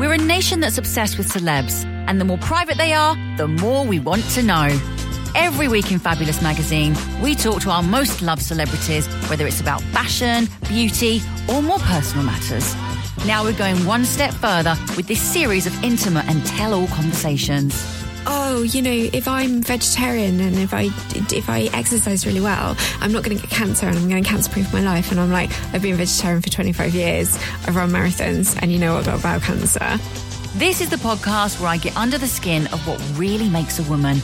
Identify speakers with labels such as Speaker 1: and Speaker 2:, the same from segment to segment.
Speaker 1: We're a nation that's obsessed with celebs, and the more private they are, the more we want to know. Every week in Fabulous Magazine, we talk to our most loved celebrities, whether it's about fashion, beauty, or more personal matters. Now we're going one step further with this series of intimate and tell all conversations.
Speaker 2: oh, you know, if I'm vegetarian and if I if I exercise really well, I'm not going to get cancer and I'm going to cancer-proof my life. And I'm like, I've been vegetarian for 25 years. I've run marathons, and you know what about bowel cancer?
Speaker 1: This is the podcast where I get under the skin of what really makes a woman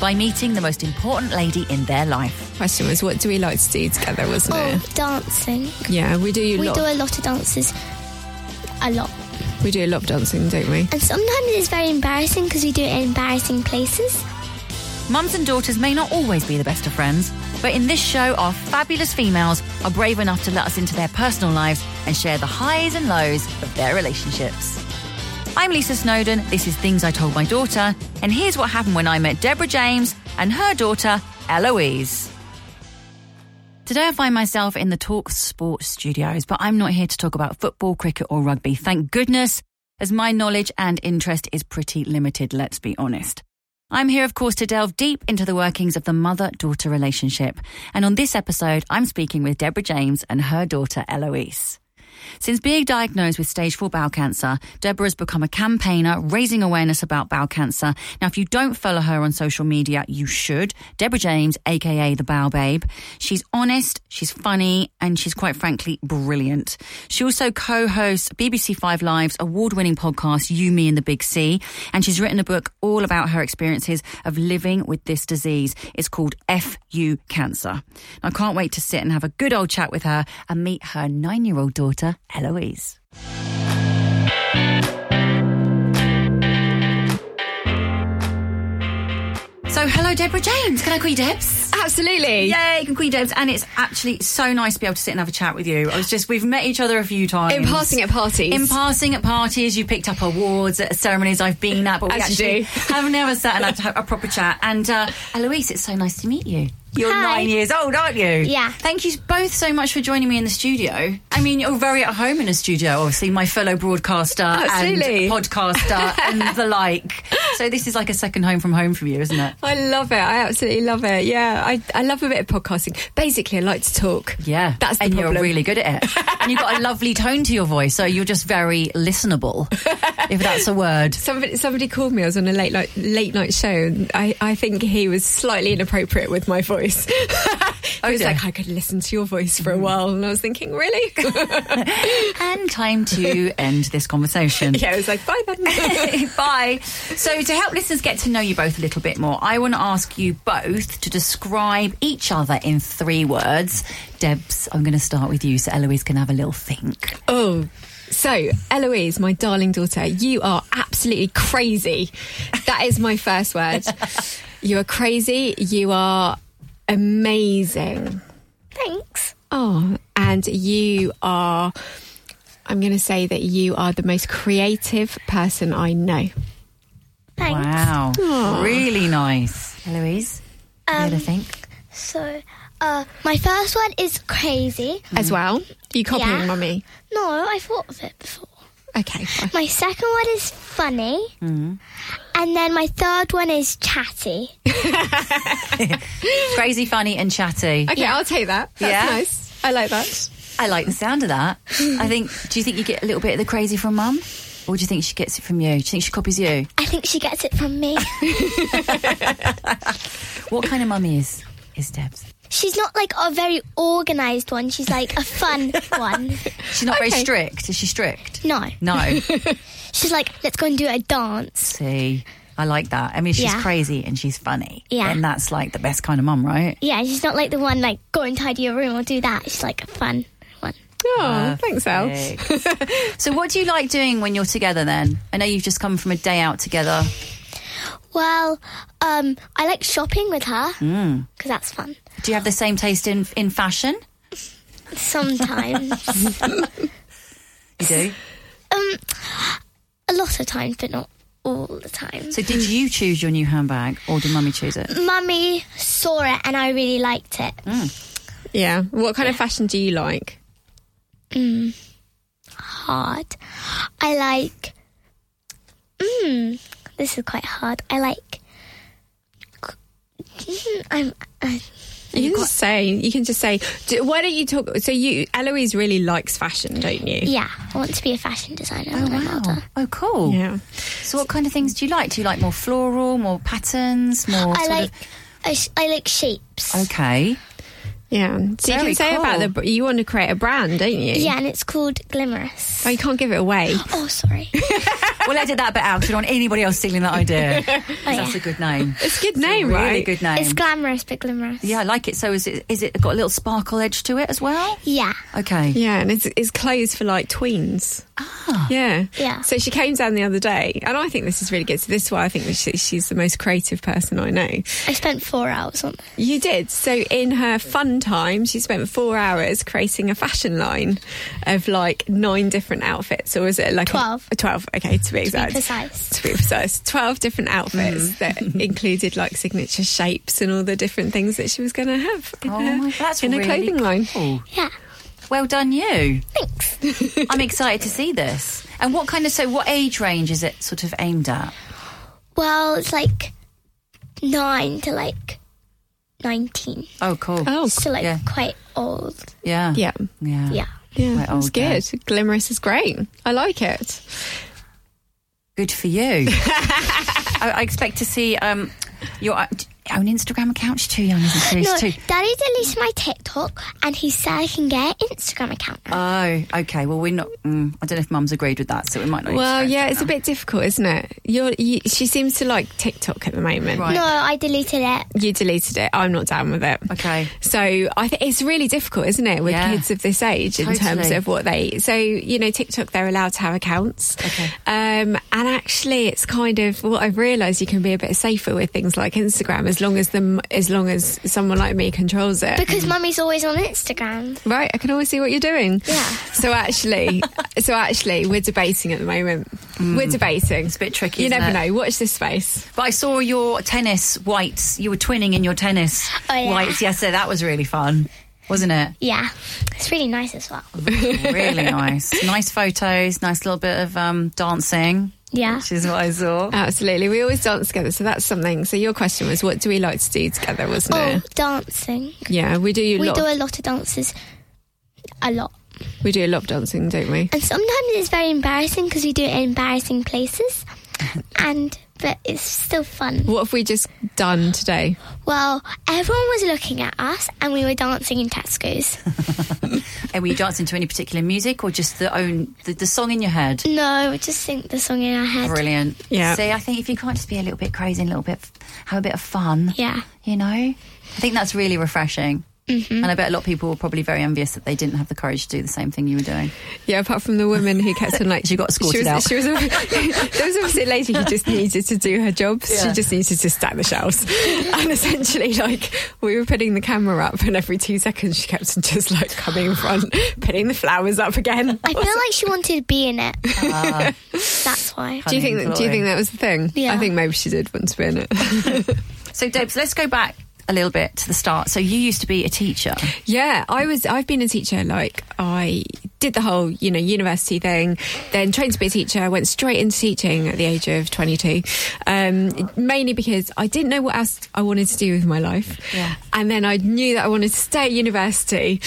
Speaker 1: by meeting the most important lady in their life.
Speaker 2: Question was, what do we like to do together? Wasn't
Speaker 3: Oh,
Speaker 2: it?
Speaker 3: dancing.
Speaker 2: Yeah, we do a
Speaker 3: We
Speaker 2: lot.
Speaker 3: do a lot of dances. A lot.
Speaker 2: we do a lot of dancing, don't we?
Speaker 3: And sometimes it's very embarrassing because we do it in embarrassing places.
Speaker 1: Mums and daughters may not always be the best of friends, but in this show, our fabulous females are brave enough to let us into their personal lives and share the highs and lows of their relationships. I'm Lisa Snowden, this is Things I Told My Daughter, and here's what happened when I met Deborah James and her daughter, Eloise. Today I find myself in the Talk Sports studios, but I'm not here to talk about football, cricket, or rugby. Thank goodness, as my knowledge and interest is pretty limited, let's be honest. I'm here, of course, to delve deep into the workings of the mother daughter relationship. And on this episode, I'm speaking with Deborah James and her daughter Eloise. Since being diagnosed with stage 4 bowel cancer, Deborah has become a campaigner raising awareness about bowel cancer. Now, if you don't follow her on social media, you should. Deborah James, aka the Bowel Babe. She's honest, she's funny, and she's quite frankly brilliant. She also co hosts BBC Five Live's award winning podcast, You, Me, and the Big C. And she's written a book all about her experiences of living with this disease. It's called FU Cancer. I can't wait to sit and have a good old chat with her and meet her nine year old daughter, Eloise. So, hello, Deborah James. Can I call you Debs?
Speaker 2: Absolutely.
Speaker 1: Yay, you can call you Debs. And it's actually so nice to be able to sit and have a chat with you. I was just, we've met each other a few times.
Speaker 2: In passing at parties.
Speaker 1: In passing at parties, you picked up awards at ceremonies I've been at, but we
Speaker 2: As
Speaker 1: actually
Speaker 2: you do.
Speaker 1: have never sat and had a proper chat. And uh, Eloise, it's so nice to meet you. You're
Speaker 3: Hi.
Speaker 1: nine years old, aren't you?
Speaker 3: Yeah.
Speaker 1: Thank you both so much for joining me in the studio. I mean, you're very at home in a studio, obviously, my fellow broadcaster
Speaker 2: Oh, Absolutely.
Speaker 1: and podcaster and the like. So this is like a second home from home for you, isn't it?
Speaker 2: I love it. I absolutely love it. Yeah, I, I love a bit of podcasting. Basically, I like to talk.
Speaker 1: Yeah,
Speaker 2: that's the
Speaker 1: and
Speaker 2: problem.
Speaker 1: you're really good at it, and you've got a lovely tone to your voice, so you're just very listenable, if that's a word.
Speaker 2: Somebody, somebody called me. I was on a late night late night show, and I, I think he was slightly inappropriate with my voice. he was
Speaker 1: dear.
Speaker 2: like, "I could listen to your voice for a while," and I was thinking, "Really?"
Speaker 1: And time to end this conversation.
Speaker 2: yeah, I was like, "Bye then."
Speaker 1: Bye. So, to help listeners get to know you both a little bit more, I want to ask you both to describe each other in three words. Debs, I'm going to start with you so Eloise can have a little think.
Speaker 2: oh. So, Eloise, my darling daughter, you are absolutely crazy. That is my first word. you are crazy. You are amazing.
Speaker 3: Thanks.
Speaker 2: Oh, and you are, I'm going to say that you are the most creative person I know.
Speaker 3: Thanks.
Speaker 1: Wow. Really nice. Um, Eloise, you had a think.
Speaker 3: So, uh, my first one is crazy.
Speaker 2: As well, you copying
Speaker 3: Yeah.
Speaker 2: mummy?
Speaker 3: No, I thought of it before.
Speaker 2: Okay. fine.
Speaker 3: My second one is funny.
Speaker 2: Mm-hmm.
Speaker 3: And then my third one is chatty.
Speaker 1: Crazy, funny, and chatty.
Speaker 2: Okay, I'll take that. That's
Speaker 1: Yeah.
Speaker 2: nice. I like that.
Speaker 1: I like the sound of that. I think. Do you think you get a little bit of the crazy from mum, or do you think she gets it from you? Do you think she copies you?
Speaker 3: I think she gets it from me.
Speaker 1: What kind of mummy is is Debs?
Speaker 3: She's not like a very organised one. She's like a fun one.
Speaker 1: She's not very strict. Is she strict?
Speaker 3: No.
Speaker 1: No.
Speaker 3: She's like, let's go and do a dance.
Speaker 1: See, I like that. I mean, she's
Speaker 3: Yeah.
Speaker 1: crazy and she's funny.
Speaker 3: Yeah.
Speaker 1: And that's like the best kind of mum, right?
Speaker 3: Yeah, she's not like the one like go and tidy your room or do that. She's like a fun one.
Speaker 2: Oh, thanks, Al.
Speaker 1: Perfect. so, what do you like doing when you're together then? I know you've just come from a day out together.
Speaker 3: Well, um, I like shopping with her because that's fun.
Speaker 1: Do you have the same taste in, in fashion?
Speaker 3: Sometimes,
Speaker 1: You do.
Speaker 3: um, a lot of times, but not all the time.
Speaker 1: So, did you choose your new handbag or did mummy choose it?
Speaker 3: Mummy saw it and I really liked it.
Speaker 2: Yeah. What kind of fashion do you like?
Speaker 3: Hard. I like. Mm, this is quite hard. I like. Mm, I'm. I,
Speaker 2: You can just say. You can just say. d- Why don't you talk? So you, Eloise, really likes fashion, don't you?
Speaker 3: yeah, I want to be a fashion designer when I'm older.
Speaker 1: Oh, cool.
Speaker 2: Yeah.
Speaker 1: So, what kind of things do you like? Do you like more floral, more patterns, more?
Speaker 3: I
Speaker 1: sort
Speaker 3: like. I, sh- I like shapes.
Speaker 1: Of... Okay.
Speaker 2: Yeah. So you
Speaker 1: Very
Speaker 2: can say about
Speaker 1: cool.
Speaker 2: the. br- You want to create a brand, don't you?
Speaker 3: Yeah, and it's called Glimmerous.
Speaker 2: Oh, you can't give it away.
Speaker 3: Oh, sorry.
Speaker 1: We'll edit that bit out. 'cause We don't want anybody else stealing that idea. 'Cause
Speaker 3: Oh, yeah.
Speaker 1: That's a good name.
Speaker 2: It's a good name,
Speaker 1: really
Speaker 2: right?
Speaker 1: good name.
Speaker 3: It's glamorous, but glamorous.
Speaker 1: yeah, I like it. So, is it is it got a little sparkle edge to it as well?
Speaker 3: Yeah.
Speaker 1: Okay.
Speaker 2: Yeah, and it's, it's clothes for like tweens. Ah. Yeah.
Speaker 3: Yeah.
Speaker 2: So she came down the other day, and I think this is really good. So this is why I think that she, she's the most creative person I know.
Speaker 3: I spent four hours on that.
Speaker 2: You did. So in her fun time, she spent four hours creating a fashion line of like nine different outfits, or was it like a-
Speaker 3: Twelve.
Speaker 2: a twelve? Okay, to be exact.
Speaker 3: precise.
Speaker 2: To be precise, twelve different outfits
Speaker 1: Mm.
Speaker 2: that included like signature shapes and all the different things that she was going to have in,
Speaker 1: Oh
Speaker 2: her,
Speaker 1: my, that's
Speaker 2: in her
Speaker 1: really
Speaker 2: clothing line.
Speaker 1: cool.
Speaker 3: Yeah.
Speaker 1: Well done, you.
Speaker 3: Thanks.
Speaker 1: I'm excited to see this. And what kind of so what age range is it sort of aimed at?
Speaker 3: Well, it's like nine to like 19.
Speaker 1: Oh, cool.
Speaker 2: Oh,
Speaker 3: So, like,
Speaker 1: Yeah.
Speaker 3: quite old.
Speaker 1: Yeah.
Speaker 2: yeah.
Speaker 1: Yeah.
Speaker 3: Yeah.
Speaker 2: Yeah,
Speaker 1: Quite
Speaker 2: that's
Speaker 1: old, yeah.
Speaker 2: good. Glimmerous is great. I like it.
Speaker 1: Good for you. I, I expect to see um your uh, own Instagram account. She's too young, isn't she? She's
Speaker 3: No,
Speaker 1: too.
Speaker 3: Daddy deleted my TikTok and he said I can get an Instagram account. now.
Speaker 1: Oh, okay. Well, we're not. Mm, I don't know if Mum's agreed with that, so we might not.
Speaker 2: Well,
Speaker 1: expect
Speaker 2: yeah,
Speaker 1: it
Speaker 2: it's a
Speaker 1: now.
Speaker 2: bit difficult, isn't it? You're, you, she seems to like TikTok at the moment.
Speaker 1: Right.
Speaker 3: no, I deleted it.
Speaker 2: You deleted it. I'm not down with it.
Speaker 1: Okay.
Speaker 2: So I think it's really difficult, isn't it, with
Speaker 1: Yeah.
Speaker 2: kids of this age in terms
Speaker 1: Totally.
Speaker 2: of what they. So you know, TikTok they're allowed to have accounts.
Speaker 1: Okay.
Speaker 2: Um, and actually, it's kind of what I've realised you can be a bit safer with things like Instagram as long as them as long as someone like me controls it.
Speaker 3: Because Mummy's always on Instagram.
Speaker 2: Right, I can always see what you're doing.
Speaker 3: Yeah.
Speaker 2: So actually, so actually, we're debating at the moment. We're debating. It's
Speaker 1: Mm. a bit tricky,
Speaker 2: You
Speaker 1: isn't
Speaker 2: never
Speaker 1: it?
Speaker 2: know. Watch this space.
Speaker 1: But I saw your tennis whites. You were twinning in your tennis
Speaker 3: Oh, yeah.
Speaker 1: whites yesterday. That was really fun, wasn't it?
Speaker 3: Yeah. It's really nice as well.
Speaker 1: really nice. Nice photos, nice little bit of um, dancing,
Speaker 3: Yeah.
Speaker 1: which is what I saw.
Speaker 2: Absolutely. We always dance together, so that's something. So your question was, what do we like to do together? Wasn't
Speaker 3: Oh,
Speaker 2: it?
Speaker 3: dancing.
Speaker 2: Yeah, we do. A
Speaker 3: We
Speaker 2: lot
Speaker 3: do
Speaker 2: of-
Speaker 3: a lot of dances. A lot.
Speaker 2: we do a lot of dancing, don't we?
Speaker 3: And sometimes it's very embarrassing because we do it in embarrassing places. And but it's still fun.
Speaker 2: What have we just done today?
Speaker 3: Well, everyone was looking at us and we were dancing in Tesco's.
Speaker 1: And were you dancing to any particular music or just the own the, the song in your head?
Speaker 3: No, we just sing the song in our head.
Speaker 1: Brilliant.
Speaker 2: Yeah.
Speaker 1: See, I think if you can't just be a little bit crazy and a little bit, have a bit of fun.
Speaker 3: Yeah.
Speaker 1: You know, I think that's really refreshing.
Speaker 3: Mm-hmm.
Speaker 1: And I bet a lot of people were probably very envious that they didn't have the courage to do the same thing you were doing.
Speaker 2: Yeah, apart from the woman who kept on like
Speaker 1: She got
Speaker 2: she
Speaker 1: escorted
Speaker 2: was,
Speaker 1: out.
Speaker 2: She was, there was obviously a lady who just needed to do her job. She
Speaker 1: Yeah.
Speaker 2: just needed to stack the shelves, and essentially, like we were putting the camera up, and every two seconds she kept on just like coming in front, putting the flowers up again.
Speaker 3: I feel like she wanted to be in it. That's why.
Speaker 2: Do you think? That, do you think that was the thing?
Speaker 3: Yeah.
Speaker 2: I think maybe she did want to be in it.
Speaker 1: So, Debs, let's go back a little bit to the start. So, you used to be a teacher.
Speaker 2: Yeah, I was. I've been a teacher. Like I did the whole, you know, university thing, then trained to be a teacher. I went straight into teaching at the age of twenty-two, um, mainly because I didn't know what else I wanted to do with my life.
Speaker 1: Yeah.
Speaker 2: And then I knew that I wanted to stay at university.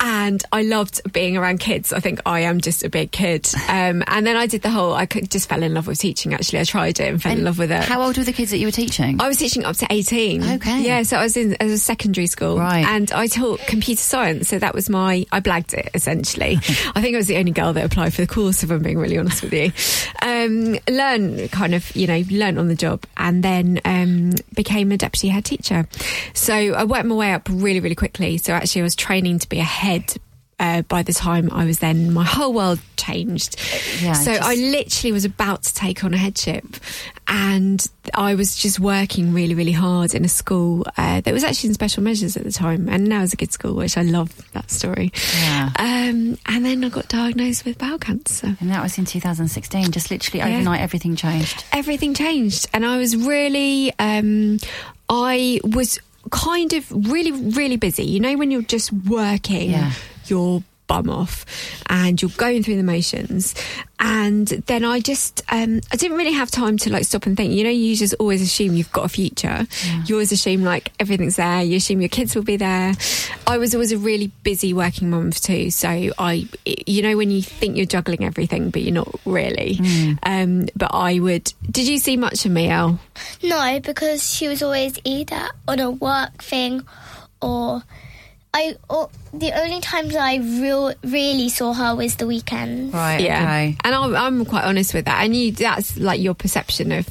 Speaker 2: and I loved being around kids. I think I am just a big kid. Um, and then I did the whole, I could- just fell in love with teaching actually. I tried it and fell in love with it.
Speaker 1: How old were the kids that you were teaching?
Speaker 2: I was teaching up to 18.
Speaker 1: Okay.
Speaker 2: Yeah, so I was in as a secondary school.
Speaker 1: Right.
Speaker 2: And I taught computer science, so that was my, I blagged it essentially. I think I was the only girl that applied for the course, if I'm being really honest with you. Um, learn kind of, you know, learn on the job and then um, became a deputy head teacher. So I worked my way up really, really quickly. So actually, I was training to be a head. Uh, by the time I was then, my whole world changed.
Speaker 1: Yeah,
Speaker 2: so
Speaker 1: just-
Speaker 2: I literally was about to take on a headship and I was just working really, really hard in a school uh, that was actually in special measures at the time and now is a good school, which I love that story.
Speaker 1: Yeah.
Speaker 2: Um, and then I got diagnosed with bowel cancer.
Speaker 1: and that was in 2016. Just literally
Speaker 2: Yeah.
Speaker 1: overnight, everything changed.
Speaker 2: Everything changed and I was really, um, I was kind of really, really busy. You know, when you're just working
Speaker 1: Yeah.
Speaker 2: your bum off and you're going through the motions and then i just um i didn't really have time to like stop and think you know you just always assume you've got a future you always assume like everything's there you assume your kids will be there i was always a really busy working mum for two so i you know when you think you're juggling everything but you're not really um but i would did you see much of me al
Speaker 3: No, because she was always either on a work thing or I. Or the only times I real, really saw her was the weekends.
Speaker 1: Right. Okay.
Speaker 2: And I'm, I'm quite honest with that. And you, that's like your perception of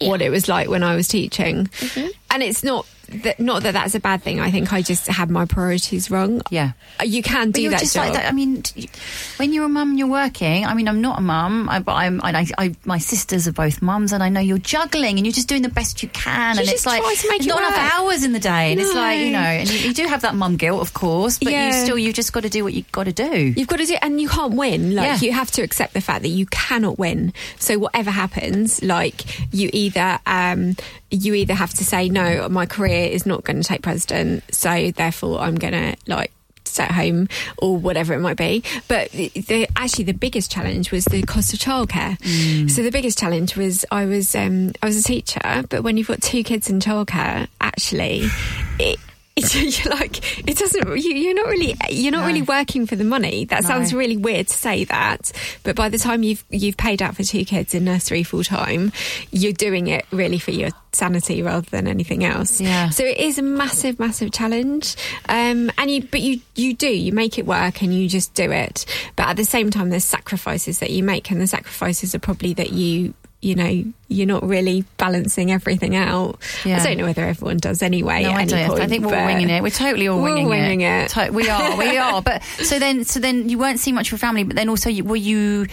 Speaker 2: what it was like when I was teaching.
Speaker 1: Mm-hmm.
Speaker 2: And it's not that, not that that's a bad thing. I think I just had my priorities wrong.
Speaker 1: Yeah.
Speaker 2: You can
Speaker 1: But
Speaker 2: do
Speaker 1: you're
Speaker 2: that
Speaker 1: just
Speaker 2: job.
Speaker 1: like that. I mean, t- when you're a mum, and you're working. I mean, I'm not a mum, I, but I'm. I, I, my sisters are both mums, and I know you're juggling, and you're just doing the best you can. and
Speaker 2: You
Speaker 1: it's
Speaker 2: just
Speaker 1: like
Speaker 2: try to make
Speaker 1: there's
Speaker 2: it
Speaker 1: not
Speaker 2: work.
Speaker 1: enough hours in the day, and it's like you
Speaker 2: No.
Speaker 1: know, and you, you do have that mum guilt, of course, but you
Speaker 2: Yeah.
Speaker 1: still, you just got to do what you got to do.
Speaker 2: You've got to do, and you can't win. Like
Speaker 1: Mm. Yeah.
Speaker 2: you have to accept the fact that you cannot win. So whatever happens, like you either um, you either have to say no, my career is not going to take precedent, so therefore I'm going to like sit home or whatever it might be. But the, the, actually, the biggest challenge was the cost of childcare. So the biggest challenge was I was um, I was a teacher, but when you've got two kids in childcare, actually. It, it's, you're like it doesn't you, you're not really you're not really working for the money that sounds really weird to say that but by the time you've you've paid out for two kids in nursery full time you're doing it really for your sanity rather than anything else
Speaker 1: Yeah.
Speaker 2: so it is a massive massive challenge um and you but you you do you make it work and you just do it but at the same time there's sacrifices that you make and the sacrifices are probably that you you know, you're not really balancing everything out.
Speaker 1: Yeah.
Speaker 2: I don't know whether everyone does anyway.
Speaker 1: No,
Speaker 2: at
Speaker 1: I
Speaker 2: any
Speaker 1: don't.
Speaker 2: point,
Speaker 1: I think we're
Speaker 2: but-
Speaker 1: all winging it. We're totally all
Speaker 2: We're all
Speaker 1: winging,
Speaker 2: winging
Speaker 1: it.
Speaker 2: it.
Speaker 1: To- we are. We are. But so then, so then you weren't seeing much of your family, but then also you, were you?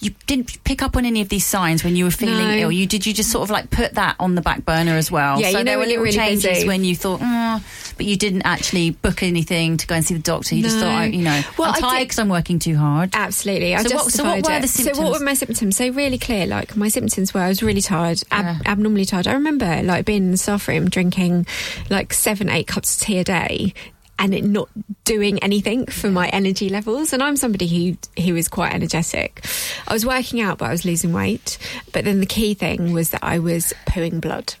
Speaker 1: You didn't pick up on any of these signs when you were feeling
Speaker 2: No.
Speaker 1: ill. You did. You just sort of like put that on the back burner as well.
Speaker 2: Yeah,
Speaker 1: so
Speaker 2: you know
Speaker 1: there were
Speaker 2: when you're
Speaker 1: little
Speaker 2: really
Speaker 1: changes
Speaker 2: busy.
Speaker 1: when you thought, "Mm," but you didn't actually book anything to go and see the doctor. You just
Speaker 2: No.
Speaker 1: thought, I, you know,
Speaker 2: Well,
Speaker 1: I'm
Speaker 2: I
Speaker 1: tired
Speaker 2: did-
Speaker 1: because I'm working too hard.
Speaker 2: Absolutely. I
Speaker 1: So what- so what
Speaker 2: justified
Speaker 1: were
Speaker 2: it.
Speaker 1: the
Speaker 2: So
Speaker 1: symptoms?
Speaker 2: what were my symptoms? So really clear, like my symptoms were I was really tired, ab- abnormally tired. I remember like being in the staff room drinking like seven, eight cups of tea a day and it not doing anything for my energy levels. And I'm somebody who who is quite energetic. I was working out but I was losing weight. But then the key thing was that I was pooing blood.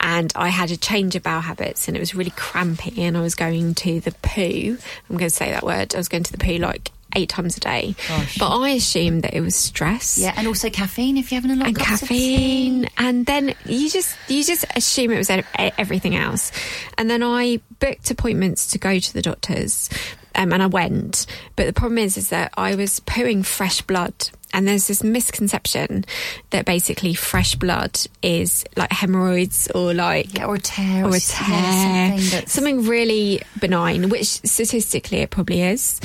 Speaker 2: and I had a change of bowel habits and it was really crampy and I was going to the poo I'm going to say that word I was going to the poo like eight times a day but I assumed that it was stress
Speaker 1: yeah, and also caffeine if you're having a lot
Speaker 2: and
Speaker 1: of cups of
Speaker 2: caffeine and then you just you just assume it was e- everything else and then i booked appointments to go to the doctors um, and i went but the problem is is that i was pooing fresh blood and there's this misconception that basically fresh blood is like hemorrhoids or like
Speaker 1: Yeah, or a tear,
Speaker 2: or Oh, a
Speaker 1: s-
Speaker 2: tear,
Speaker 1: yeah, something
Speaker 2: something,
Speaker 1: that's-
Speaker 2: really benign, which statistically it probably is.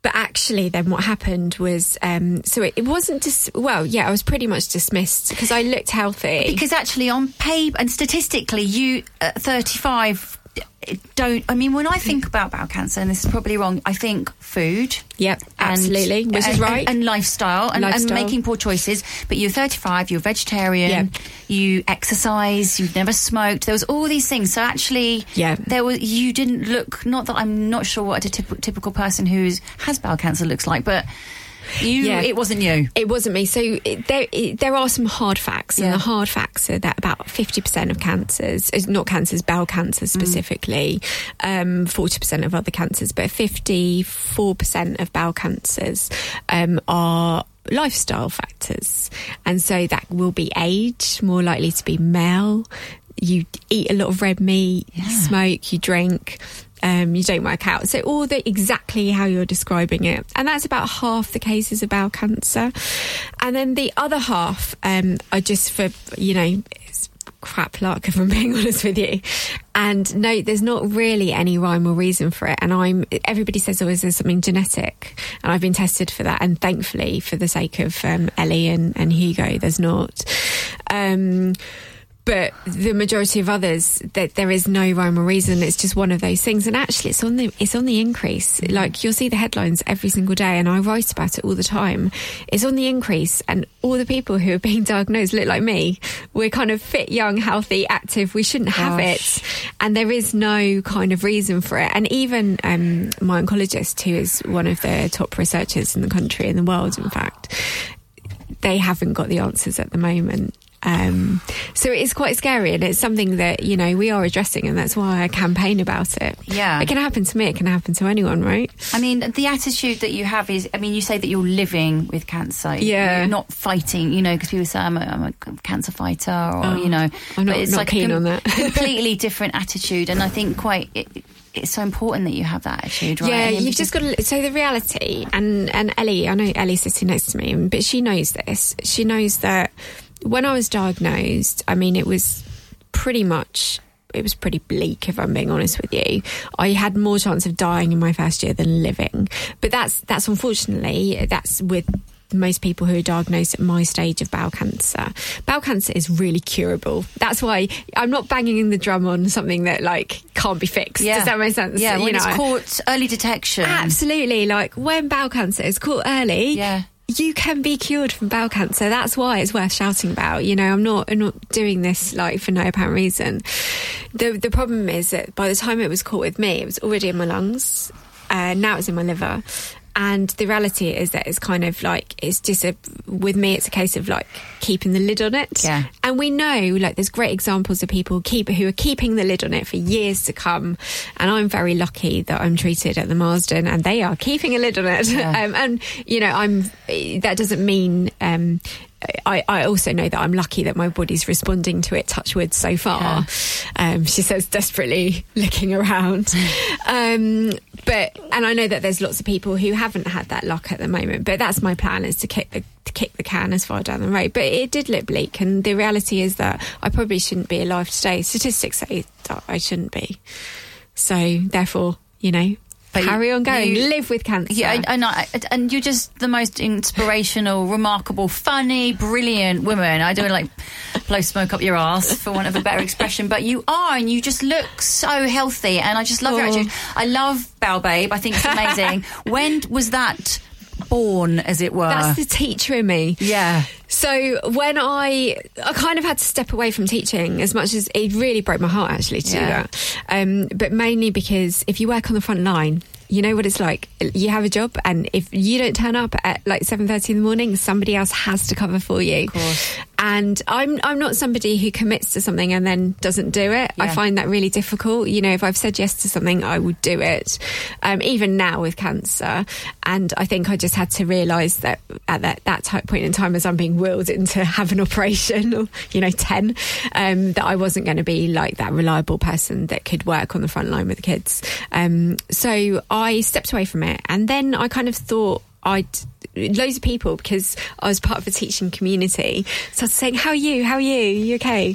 Speaker 2: But actually, then what happened was, um, so it, it wasn't just well, yeah, I was pretty much dismissed because I looked healthy.
Speaker 1: Because actually, on paper and statistically, you at 35 d- don't. I mean, when I think about bowel cancer, and this is probably wrong, I think food.
Speaker 2: Yep, absolutely, which is
Speaker 1: uh, and-
Speaker 2: right.
Speaker 1: And, lifestyle, and,
Speaker 2: Lifestyle.
Speaker 1: and making poor choices. But you're 35, you're vegetarian,
Speaker 2: Yep.
Speaker 1: you exercise, you've never smoked. There was all these things. So actually,
Speaker 2: Yeah.
Speaker 1: there was. You didn't look. Not that I'm not sure what a typ- typical person who is, has bowel cancer looks like, but You,
Speaker 2: Yeah.
Speaker 1: it wasn't you.
Speaker 2: It wasn't me. So it, there, it, there are some hard facts,
Speaker 1: Yeah.
Speaker 2: and the hard facts are that about fifty percent of cancers, uh, not cancers, bowel cancer specifically, um, forty percent of other cancers, but fifty-four percent of bowel cancers um, are lifestyle factors, and so that will be age, more likely to be male. You eat a lot of red meat, you smoke, you drink. Um, you don't work out. So all the exactly how you're describing it, and that's about half the cases of bowel cancer, and then the other half um, are just for you know it's crap luck if I'm being honest with you. And no, there's not really any rhyme or reason for it. And I'm everybody says always there's something genetic, and I've been tested for that. And thankfully, for the sake of um, Ellie and, and Hugo, there's not. Um, but the majority of others that there is no rhyme or reason it's just one of those things and actually it's on the it's on the increase like you'll see the headlines every single day and i write about it all the time it's on the increase and all the people who are being diagnosed look like me we're kind of fit young healthy active we shouldn't have
Speaker 1: Gosh.
Speaker 2: it and there is no kind of reason for it and even um, my oncologist who is one of the top researchers in the country in the world in fact they haven't got the answers at the moment. Um, so it is quite scary, and it's something that you know we are addressing, and that's why I campaign about it.
Speaker 1: Yeah.
Speaker 2: it can happen to me. It can happen to anyone, right?
Speaker 1: I mean, the attitude that you have is, I mean, you say that you're living with cancer. You-
Speaker 2: Yeah.
Speaker 1: You're not fighting, you know, because people say, I'm a, I'm a cancer fighter or, you know.
Speaker 2: Oh, I'm not-
Speaker 1: but it's
Speaker 2: not
Speaker 1: like a
Speaker 2: keen on that.
Speaker 1: completely different attitude. And I think quite, it, it's so important that you have that attitude, right?
Speaker 2: Yeah,
Speaker 1: I mean,
Speaker 2: you've just got to. So the reality, and and Ellie, I know Ellie's sitting next to me, but she knows this. She knows that when I was diagnosed, I mean, it was pretty much. It was pretty bleak, if I'm being honest with you. I had more chance of dying in my first year than living, but that's that's unfortunately that's with most people who are diagnosed at my stage of bowel cancer. Bowel cancer is really curable. That's why I'm not banging the drum on something that like can't be fixed. Does that make sense?
Speaker 1: Yeah,
Speaker 2: You
Speaker 1: when it's
Speaker 2: know.
Speaker 1: caught early detection.
Speaker 2: Absolutely. Like when bowel cancer is caught early,
Speaker 1: Yeah.
Speaker 2: you can be cured from bowel cancer. That's why it's worth shouting about. You know, I'm not I'm not doing this like for no apparent reason. The the problem is that by the time it was caught with me, it was already in my lungs. Uh, now it's in my liver. And the reality is that it's kind of like it's just a with me it's a case of like keeping the lid on it.
Speaker 1: Yeah.
Speaker 2: And we know, like, there's great examples of people keep who are keeping the lid on it for years to come. And I'm very lucky that I'm treated at the Marsden, and they are keeping a lid on it. um, and you know, I'm. That doesn't mean. Um, I, I also know that I'm lucky that my body's responding to it, touch wood, so far. Um, she says desperately looking around. um, but, and I know that there's lots of people who haven't had that luck at the moment, but that's my plan is to kick the to kick the can as far down the road. But it did look bleak, and the reality is that I probably shouldn't be alive today. Statistics say that I shouldn't be. So, therefore, you know,
Speaker 1: But
Speaker 2: carry
Speaker 1: you-
Speaker 2: on going,
Speaker 1: you-
Speaker 2: live with cancer.
Speaker 1: Yeah, and, and, I, and you're just the most inspirational, remarkable, funny, brilliant woman. I don't like blow smoke up your ass for want of a better expression, but you are, and you just look so healthy, and I just love your
Speaker 2: Oh.
Speaker 1: attitude. I love Bow Babe. I think it's amazing. when was that born, as it were?
Speaker 2: That's the teacher in me.
Speaker 1: yeah.
Speaker 2: So when I I kind of had to step away from teaching as much as it really broke my heart actually to
Speaker 1: Yeah.
Speaker 2: do that. Um, but mainly because if you work on the front line, you know what it's like. You have a job, and if you don't turn up at like seven thirty in the morning, somebody else has to cover for you. And I'm I'm not somebody who commits to something and then doesn't do it. I
Speaker 1: Yeah.
Speaker 2: find find that really difficult. You know, if I've said yes to something, I would do it. Um, even now with cancer, and I think I just had to realise that at that that type point in time, as I'm being willed into have an operation, or you know, ten, um, that I wasn't going to be like that reliable person that could work on the front line with the kids. Um, so I stepped away from it, and then I kind of thought. I'd loads of people because I was part of a teaching community. So I was saying, How are you? How are you? You okay?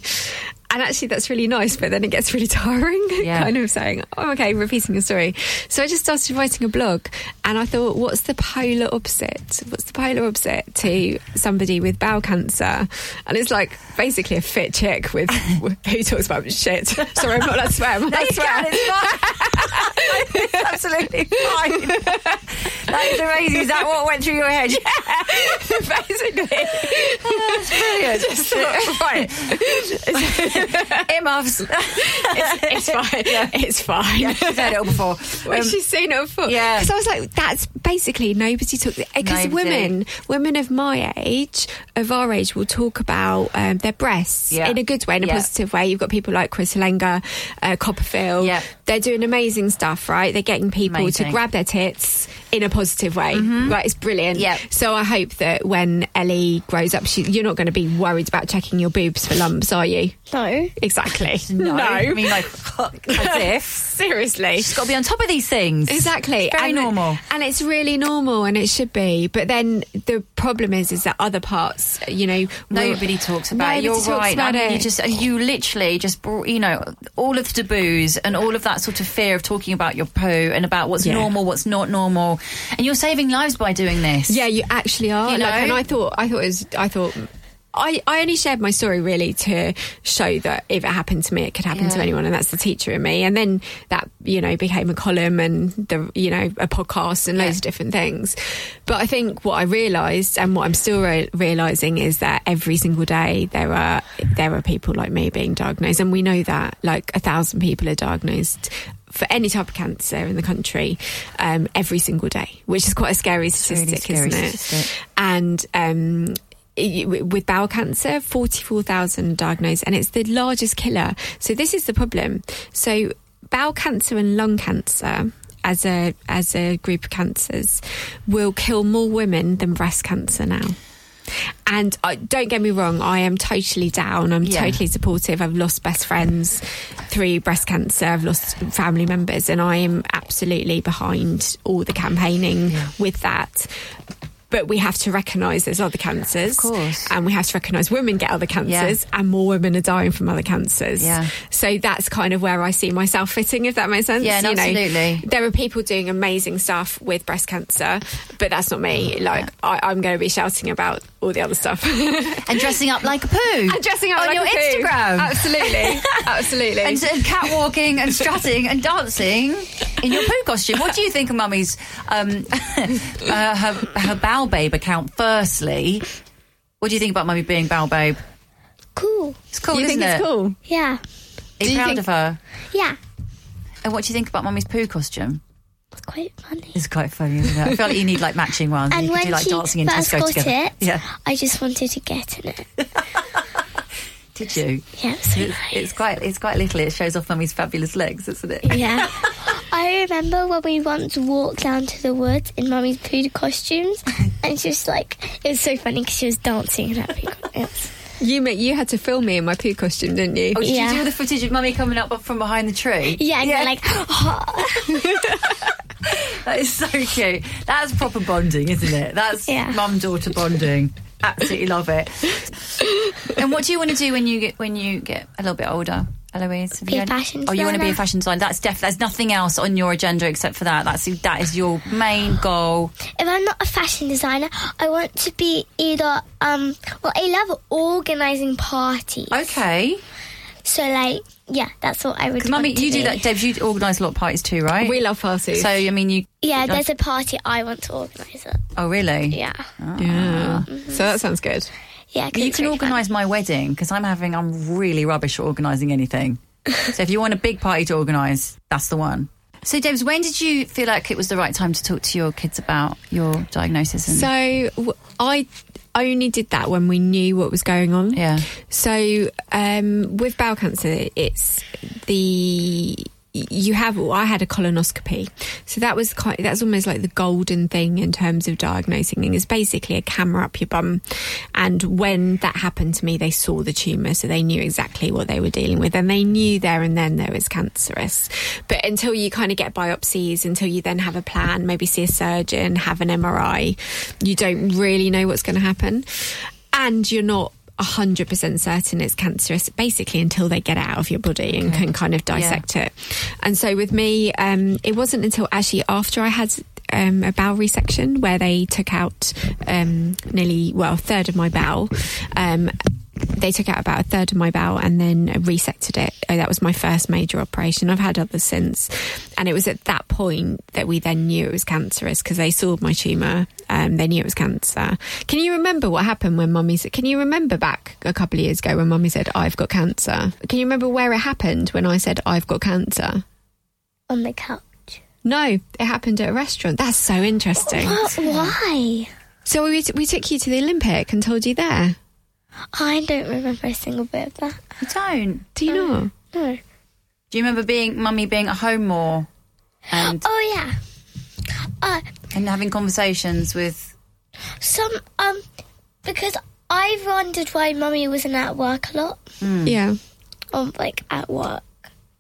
Speaker 2: And actually, that's really nice, but then it gets really tiring.
Speaker 1: Yeah.
Speaker 2: kind of saying, oh, okay, repeating the story. So I just started writing a blog and I thought, what's the polar opposite? What's the polar opposite to somebody with bowel cancer? And it's like basically a fit chick with who talks about shit. Sorry, I'm not allowed to swear. I'm allowed to swear.
Speaker 1: it's fine. It's absolutely fine. That is amazing. Is that what went through your head?
Speaker 2: Basically,
Speaker 1: Brilliant. right. Earmuffs.
Speaker 2: it's fine. It's fine.
Speaker 1: I've heard it all before.
Speaker 2: Well,
Speaker 1: Um,
Speaker 2: she's seen it before.
Speaker 1: yeah.
Speaker 2: Because I was like, that's basically nobody talks because
Speaker 1: Nobody.
Speaker 2: women, women of my age, of our age, will talk about um, their breasts
Speaker 1: Yeah.
Speaker 2: in a good way, in a
Speaker 1: Yeah.
Speaker 2: positive way. You've got people like Chris Lenga, uh, Copperfield.
Speaker 1: Yeah.
Speaker 2: They're doing amazing stuff, right? They're getting people
Speaker 1: Amazing. Mm-hmm.
Speaker 2: to grab their tits in a positive way. Right? It's brilliant.
Speaker 1: Yeah.
Speaker 2: So I hope that when Ellie grows up, she, you're not going to be worried about checking your boobs for lumps, are you?
Speaker 3: No.
Speaker 2: Exactly.
Speaker 1: no. I mean, like, as if.
Speaker 2: Seriously.
Speaker 1: She's got to be on top of these things.
Speaker 2: Exactly.
Speaker 1: It's very
Speaker 2: and,
Speaker 1: normal.
Speaker 2: And it's really normal and it should be. But then the problem is is that other parts, you know, we're-
Speaker 1: Nobody talks about it.
Speaker 2: Nobody
Speaker 1: You're
Speaker 2: talks
Speaker 1: right.
Speaker 2: about
Speaker 1: I mean,
Speaker 2: it.
Speaker 1: You just you literally just brought you know all of the taboos and all of that sort of fear of talking about your poo and about what's
Speaker 2: Yeah.
Speaker 1: normal, what's not normal, and you're saving lives by doing this.
Speaker 2: yeah, you actually are.
Speaker 1: You know?
Speaker 2: Like, and I thought I thought it was I thought I, I only shared my story really to show that if it happened to me, it could happen to
Speaker 1: Yeah.
Speaker 2: anyone, and that's the teacher in me. And then that you know became a column and the you know a podcast and loads of different things. But I think what I realised and what I'm still re- realising is that every single day there are there are people like me being diagnosed, and we know that like a thousand people are diagnosed. For any type of cancer in the country, um, every single day, which is quite a scary
Speaker 1: really
Speaker 2: statistic,
Speaker 1: scary
Speaker 2: isn't it?
Speaker 1: statistic.
Speaker 2: and um, y- with bowel cancer, 44,000 diagnosed, and it's the largest killer. So this is the problem. So bowel cancer and lung cancer. As a as a group of cancers, will kill more women than breast cancer now. And uh, don't get me wrong, I am totally down. I'm
Speaker 1: Yeah.
Speaker 2: totally supportive. I've lost best friends through breast cancer. I've lost family members, and I am absolutely behind all the campaigning with that but we have to recognise there's other cancers. Of
Speaker 1: course.
Speaker 2: And we have to recognise women get other cancers and more women are dying from other cancers.
Speaker 1: Yeah.
Speaker 2: So that's kind of where I see myself fitting, if that makes sense.
Speaker 1: Yeah, no,
Speaker 2: You know,
Speaker 1: absolutely.
Speaker 2: there are people doing amazing stuff with breast cancer, but that's not me.
Speaker 1: Mm,
Speaker 2: Like, I, I'm going to be shouting about all the other stuff. and
Speaker 1: and dressing up like a poo and
Speaker 2: dressing up
Speaker 1: on
Speaker 2: like
Speaker 1: your
Speaker 2: a poo.
Speaker 1: Instagram.
Speaker 2: Absolutely. Absolutely.
Speaker 1: and, and catwalking and strutting and dancing in your poo costume. What do you think of Mummy's um, uh, her her bow babe account? Firstly, what do you think about Mummy being bow babe?
Speaker 3: Cool.
Speaker 1: It's cool,
Speaker 2: you
Speaker 1: isn't
Speaker 2: think
Speaker 1: it?
Speaker 2: it's cool?
Speaker 3: Yeah.
Speaker 1: Are you
Speaker 2: Do you
Speaker 1: proud
Speaker 2: think-
Speaker 1: of her?
Speaker 3: Yeah.
Speaker 1: And what do you think about Mummy's poo costume?
Speaker 3: It's quite funny.
Speaker 1: It's quite funny, isn't it? I feel like you need like matching ones.
Speaker 3: And
Speaker 1: you could
Speaker 3: when
Speaker 1: do like
Speaker 3: she
Speaker 1: dancing and
Speaker 3: first
Speaker 1: disco
Speaker 3: got
Speaker 1: together.
Speaker 3: it,
Speaker 1: Yeah,
Speaker 3: I just wanted to get in it.
Speaker 1: did you?
Speaker 3: Yeah, it was so
Speaker 1: It's, it's quite it's quite little. It shows off Mummy's fabulous legs, isn't it?
Speaker 3: Yeah. I remember when we once walked down to the woods in Mummy's poo costumes, and she was like, it was so funny because she was dancing and everything. It was-
Speaker 2: You, ma- you had to film me in my poo costume, didn't you?
Speaker 1: Oh, did
Speaker 3: Yeah.
Speaker 1: you do all the footage of Mummy coming up from behind the tree?
Speaker 3: Yeah, and you're like, "Oh,
Speaker 1: That is so cute. That's proper bonding, isn't it? That's
Speaker 3: Yeah.
Speaker 1: mum daughter bonding. Absolutely love it. and what do you want to do when you get when you get a little bit older, Eloise? Have
Speaker 3: Be
Speaker 1: you
Speaker 3: a
Speaker 1: had-
Speaker 3: fashion
Speaker 1: Oh, you want to be a
Speaker 3: designer.
Speaker 1: fashion designer? That's def. There's nothing else on your agenda except for that. That's that is your main goal.
Speaker 3: if I'm not a fashion designer, I want to be either, um, well, I love organising parties.
Speaker 1: Okay,
Speaker 3: So, like, yeah, that's what I would
Speaker 1: because mummy,
Speaker 3: want to
Speaker 1: you do
Speaker 3: be.
Speaker 1: that. Deb, you organise a lot of parties too, right?
Speaker 2: We love parties.
Speaker 1: So I mean, you.
Speaker 3: Yeah, there's a party I want to organise it.
Speaker 1: Oh, really?
Speaker 3: Yeah.
Speaker 2: Oh.
Speaker 1: uh,
Speaker 2: yeah. So that sounds good.
Speaker 3: Yeah, 'cause
Speaker 1: You
Speaker 3: it's
Speaker 1: can
Speaker 3: really fun.
Speaker 1: organise my wedding because I'm having. I'm really rubbish at organising anything. so if you want a big party to organise, that's the one. So, James, when did you feel like it was the right time to talk to your kids about your diagnosis? And
Speaker 2: So w- I only did that when we knew what was going on.
Speaker 1: Yeah.
Speaker 2: So um, with bowel cancer, it's the you have. well, I had a colonoscopy, so that was quite, that's almost like the golden thing in terms of diagnosing. things. It's basically a camera up your bum, and when that happened to me, they saw the tumor, so they knew exactly what they were dealing with, and they knew there and then there was cancerous. But until you kind of get biopsies, until you then have a plan, maybe see a surgeon, have an MRI, you don't really know what's going to happen, and you're not 100% certain it's cancerous basically until they get it out of your body and can kind of dissect it. And so with me, um, it wasn't until actually after I had um, a bowel resection where they took out um, nearly, well, a third of my bowel. Um, they took out about a third of my bowel and then resected it. Uh, That was my first major operation. I've had others since. And it was at that point that we then knew it was cancerous because they saw my tumour. Um, they knew it was cancer. Can you remember what happened when mummy said, can you remember back a couple of years ago when mummy said, I've got cancer? Can you remember where it happened when I said, I've got cancer?
Speaker 3: on the couch.
Speaker 2: No, it happened at a restaurant. That's so interesting.
Speaker 3: What? Why?
Speaker 2: So we, we took you to the Olympic and told you there.
Speaker 3: I don't remember a single bit of that.
Speaker 1: You don't.
Speaker 2: Do you know?
Speaker 3: No.
Speaker 1: Do you remember being mummy being at home more and
Speaker 3: Oh yeah. Uh,
Speaker 1: and having conversations with?
Speaker 3: some um, because I wondered why mummy wasn't at work a lot,
Speaker 2: Yeah.
Speaker 3: or like at work.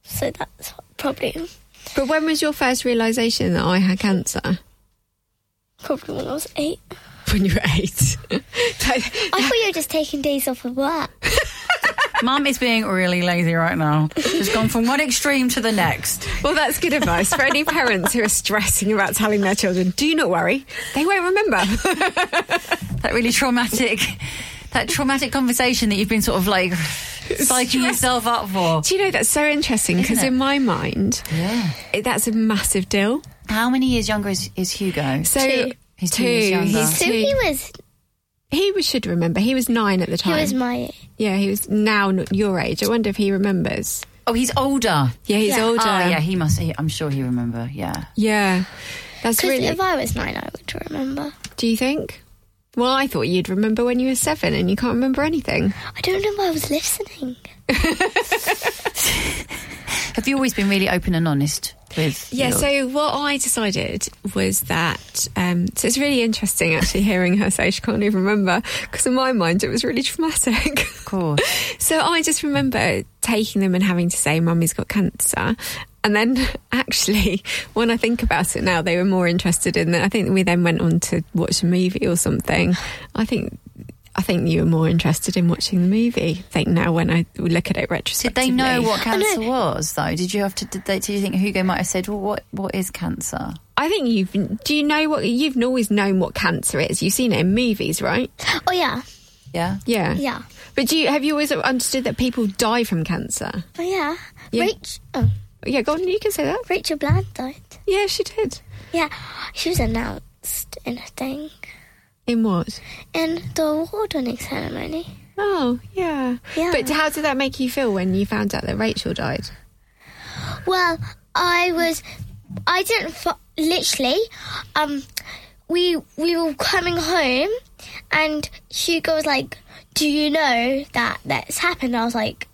Speaker 3: So that's probably
Speaker 2: But when was your first realization that I had cancer?
Speaker 3: probably when I was eight.
Speaker 2: When you were eight.
Speaker 3: I thought you were just taking days off of work.
Speaker 1: Mum is being really lazy right now. She's gone from one extreme to the next.
Speaker 2: well, that's good advice for any parents who are stressing about telling their children, do not worry, they won't remember.
Speaker 1: That really traumatic, that traumatic conversation that you've been sort of like psyching yourself up for.
Speaker 2: do you know that's so interesting? Because
Speaker 1: Isn't it?
Speaker 2: in my mind,
Speaker 1: Yeah.
Speaker 2: it- that's a massive deal.
Speaker 1: How many years younger is, is Hugo?
Speaker 2: So
Speaker 3: Two.
Speaker 1: He's two years younger.
Speaker 2: he's
Speaker 3: So
Speaker 2: two.
Speaker 3: he was
Speaker 2: He was- should remember. He was nine at the
Speaker 3: he
Speaker 2: time.
Speaker 3: was my
Speaker 2: yeah, he was now n- your age. I wonder if he remembers.
Speaker 1: oh, he's older.
Speaker 2: Yeah, he's
Speaker 3: Yeah.
Speaker 2: older.
Speaker 1: Oh, yeah, he must. He, I'm sure he remember. Yeah.
Speaker 2: Yeah. That's
Speaker 3: because
Speaker 2: really.
Speaker 3: if I was nine, I would remember.
Speaker 2: do you think? Well, I thought you'd remember when you were seven and you can't remember anything.
Speaker 3: I don't know why I was listening.
Speaker 1: Have you always been really open and honest with?
Speaker 2: Yeah,
Speaker 1: your-
Speaker 2: so what I decided was that. Um, so it's really interesting actually hearing her say she can't even remember because in my mind it was really traumatic.
Speaker 1: of course.
Speaker 2: so I just remember taking them and having to say, Mummy's got cancer. And then actually, when I think about it now, they were more interested in that. I think we then went on to watch a movie or something. I think. I think you were more interested in watching the movie. I think now when I look at it
Speaker 1: Did
Speaker 2: retrospectively.
Speaker 1: they know what
Speaker 3: I know.
Speaker 1: cancer was though? Did you have to? Did they? Did you think Hugo might have said, "Well, what what is cancer?"
Speaker 2: I think you've. Do you know what? You've always known what cancer is. You've seen it in movies, right?
Speaker 3: Oh yeah,
Speaker 1: Yeah.
Speaker 2: Yeah.
Speaker 3: yeah,
Speaker 2: But do you have you always understood that people die from cancer?
Speaker 3: oh yeah.
Speaker 2: Yeah.
Speaker 3: Rach, oh,
Speaker 2: Yeah, go on. You can say that.
Speaker 3: Rachel Bland died.
Speaker 2: Yeah, she did.
Speaker 3: Yeah, she was announced in a thing
Speaker 2: In what?
Speaker 3: in the award winning ceremony.
Speaker 2: Oh, yeah.
Speaker 3: Yeah.
Speaker 2: But how did that make you feel when you found out that Rachel died?
Speaker 3: Well, I was, I didn't fo- literally. Um, we we were coming home, and Hugo was like, "Do you know that that's happened?" I was like,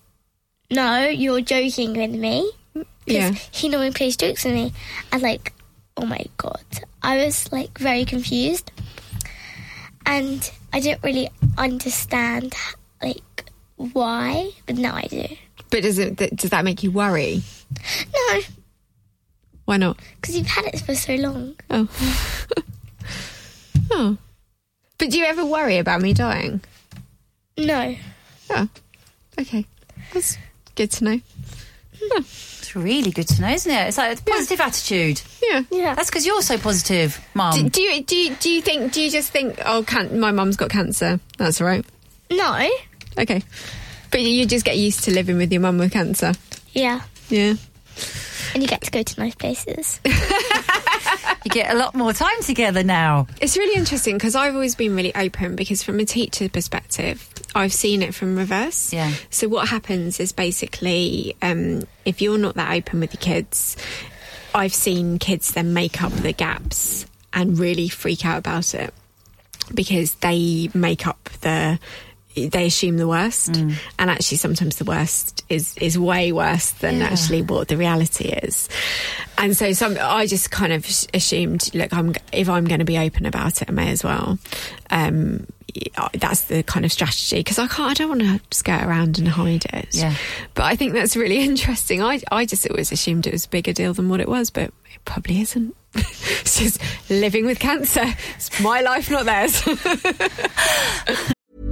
Speaker 3: "No, you're joking with me."
Speaker 2: Yeah.
Speaker 3: He normally plays jokes with me, and like, oh my god, I was like very confused, and I didn't really understand like why, but now I do.
Speaker 2: But does it th- does that make you worry?
Speaker 3: No,
Speaker 2: Why not?
Speaker 3: because you've had it for so long.
Speaker 2: Oh. oh. But do you ever worry about me dying?
Speaker 3: No.
Speaker 2: Yeah. Okay. That's good to know.
Speaker 1: It's really good to know, isn't it? It's like it's positive attitude.
Speaker 2: Yeah.
Speaker 3: Yeah.
Speaker 1: That's because you're so positive, Mum.
Speaker 2: Do, do you do you, do you think do you just think oh can- my mum's got cancer that's all right
Speaker 3: No.
Speaker 2: okay but you- you just get used to living with your mum with cancer
Speaker 3: Yeah.
Speaker 2: yeah
Speaker 3: And you get to go to nice places.
Speaker 1: you get a lot more time together now.
Speaker 2: It's really interesting because I've always been really open because from a teacher perspective, I've seen it from reverse.
Speaker 1: Yeah.
Speaker 2: So what happens is basically, um, if you're not that open with your kids, I've seen kids then make up the gaps and really freak out about it because they make up the they assume the worst and actually sometimes the worst is is way worse than actually what the reality is and so some i just kind of s- assumed look i'm g- if i'm going to be open about it i may as well um y- I- that's the kind of strategy because i can't i don't want to skirt around and hide it
Speaker 1: Yeah.
Speaker 2: but i think that's really interesting i i just always assumed it was a bigger deal than what it was but it probably isn't it's just living with cancer it's my life not theirs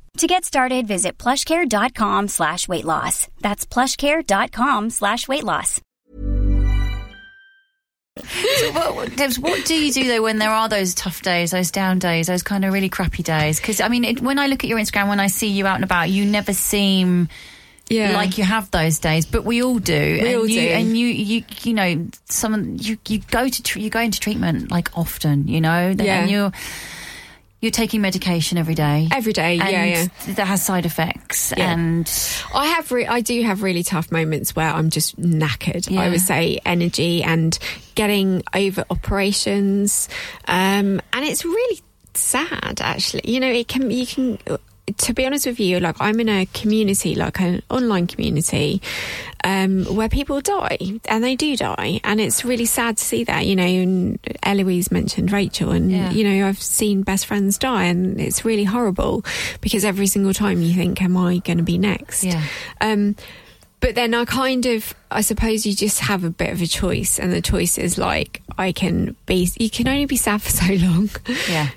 Speaker 4: To get started, visit plushcare.com slash weight loss. That's plushcare.com slash weight loss.
Speaker 1: So what, what- Debs, what do you do though when there are those tough days, those down days, those kind of really crappy days? Because I mean, it, when I look at your Instagram, when I see you out and about, you never seem
Speaker 2: Yeah.
Speaker 1: like you have those days, but we all do. We and
Speaker 2: all
Speaker 1: you,
Speaker 2: do.
Speaker 1: And you, you, you know, someone you you go to tr- you go into treatment like often, you know, Then-
Speaker 2: Yeah.
Speaker 1: and you're you're taking medication every day,
Speaker 2: Every day, yeah, yeah.
Speaker 1: and that has side effects,
Speaker 2: Yeah.
Speaker 1: and
Speaker 2: I have, re- I do have really tough moments where I'm just knackered.
Speaker 1: Yeah.
Speaker 2: I would say energy and getting over operations, um, and it's really sad. Actually, you know, it can you can. To be honest with you, like I'm in a community, like an online community, um, where people die and they do die, and it's really sad to see that. You know, and Eloise mentioned Rachel, and
Speaker 1: Yeah.
Speaker 2: you know I've seen best friends die, and it's really horrible because every single time you think, "Am I going to be next?"
Speaker 1: Yeah.
Speaker 2: Um, but then I kind of, I suppose you just have a bit of a choice, and the choice is like, I can be, you can only be sad for so long.
Speaker 1: yeah.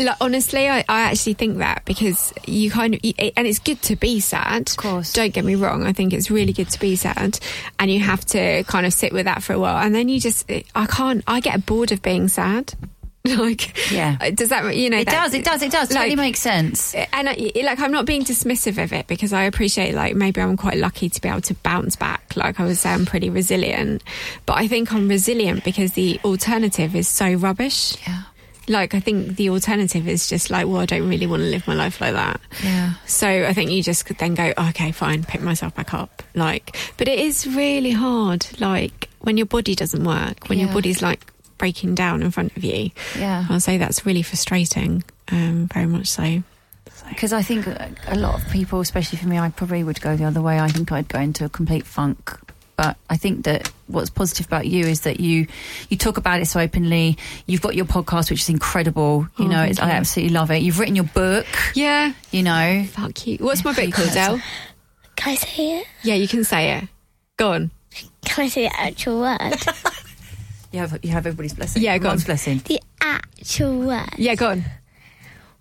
Speaker 2: Like, honestly, I, I actually think that because you kind of, you- and it's good to be sad. Of
Speaker 1: course.
Speaker 2: Don't get me wrong. I think it's really good to be sad. And you have to kind of sit with that for a while. And then you just, I can't, I get bored of being sad. Like,
Speaker 1: Yeah.
Speaker 2: Does that, you know,
Speaker 1: It
Speaker 2: that-
Speaker 1: does, it does, it does. totally makes sense.
Speaker 2: Eh, and I, like I'm not being dismissive of it because I appreciate like maybe I'm quite lucky to be able to bounce back. Like I was saying, I'm pretty resilient, but I think I'm resilient because the alternative is so rubbish.
Speaker 1: Yeah.
Speaker 2: Like I think the alternative is just like, well, I don't really want to live my life like that.
Speaker 1: Yeah.
Speaker 2: So I think you just could then go, "Oh, okay, fine, pick myself back up. Like, but it is really hard. Like when your body doesn't work, when
Speaker 1: Yeah.
Speaker 2: your body's like breaking down in front of you.
Speaker 1: Yeah.
Speaker 2: I'll say that's really frustrating. Um, very much so.
Speaker 1: Because I think uh, a lot of people, especially for me, I probably would go the other way. I think I'd go into a complete funk. But I think that what's positive about you is that you you talk about it so openly. You've got your podcast, which is incredible. Oh, You know, it's, I absolutely love it. You've written your book.
Speaker 2: Yeah.
Speaker 1: You know,
Speaker 2: Fuck you. What's my book called,
Speaker 1: can't
Speaker 2: Elle?
Speaker 3: Can I say it?
Speaker 2: Yeah, you can say it. Go on.
Speaker 3: Can I say the actual word?
Speaker 1: you have you have everybody's blessing.
Speaker 2: Yeah, go on.
Speaker 1: God's blessing.
Speaker 3: the actual word.
Speaker 2: Yeah, go on.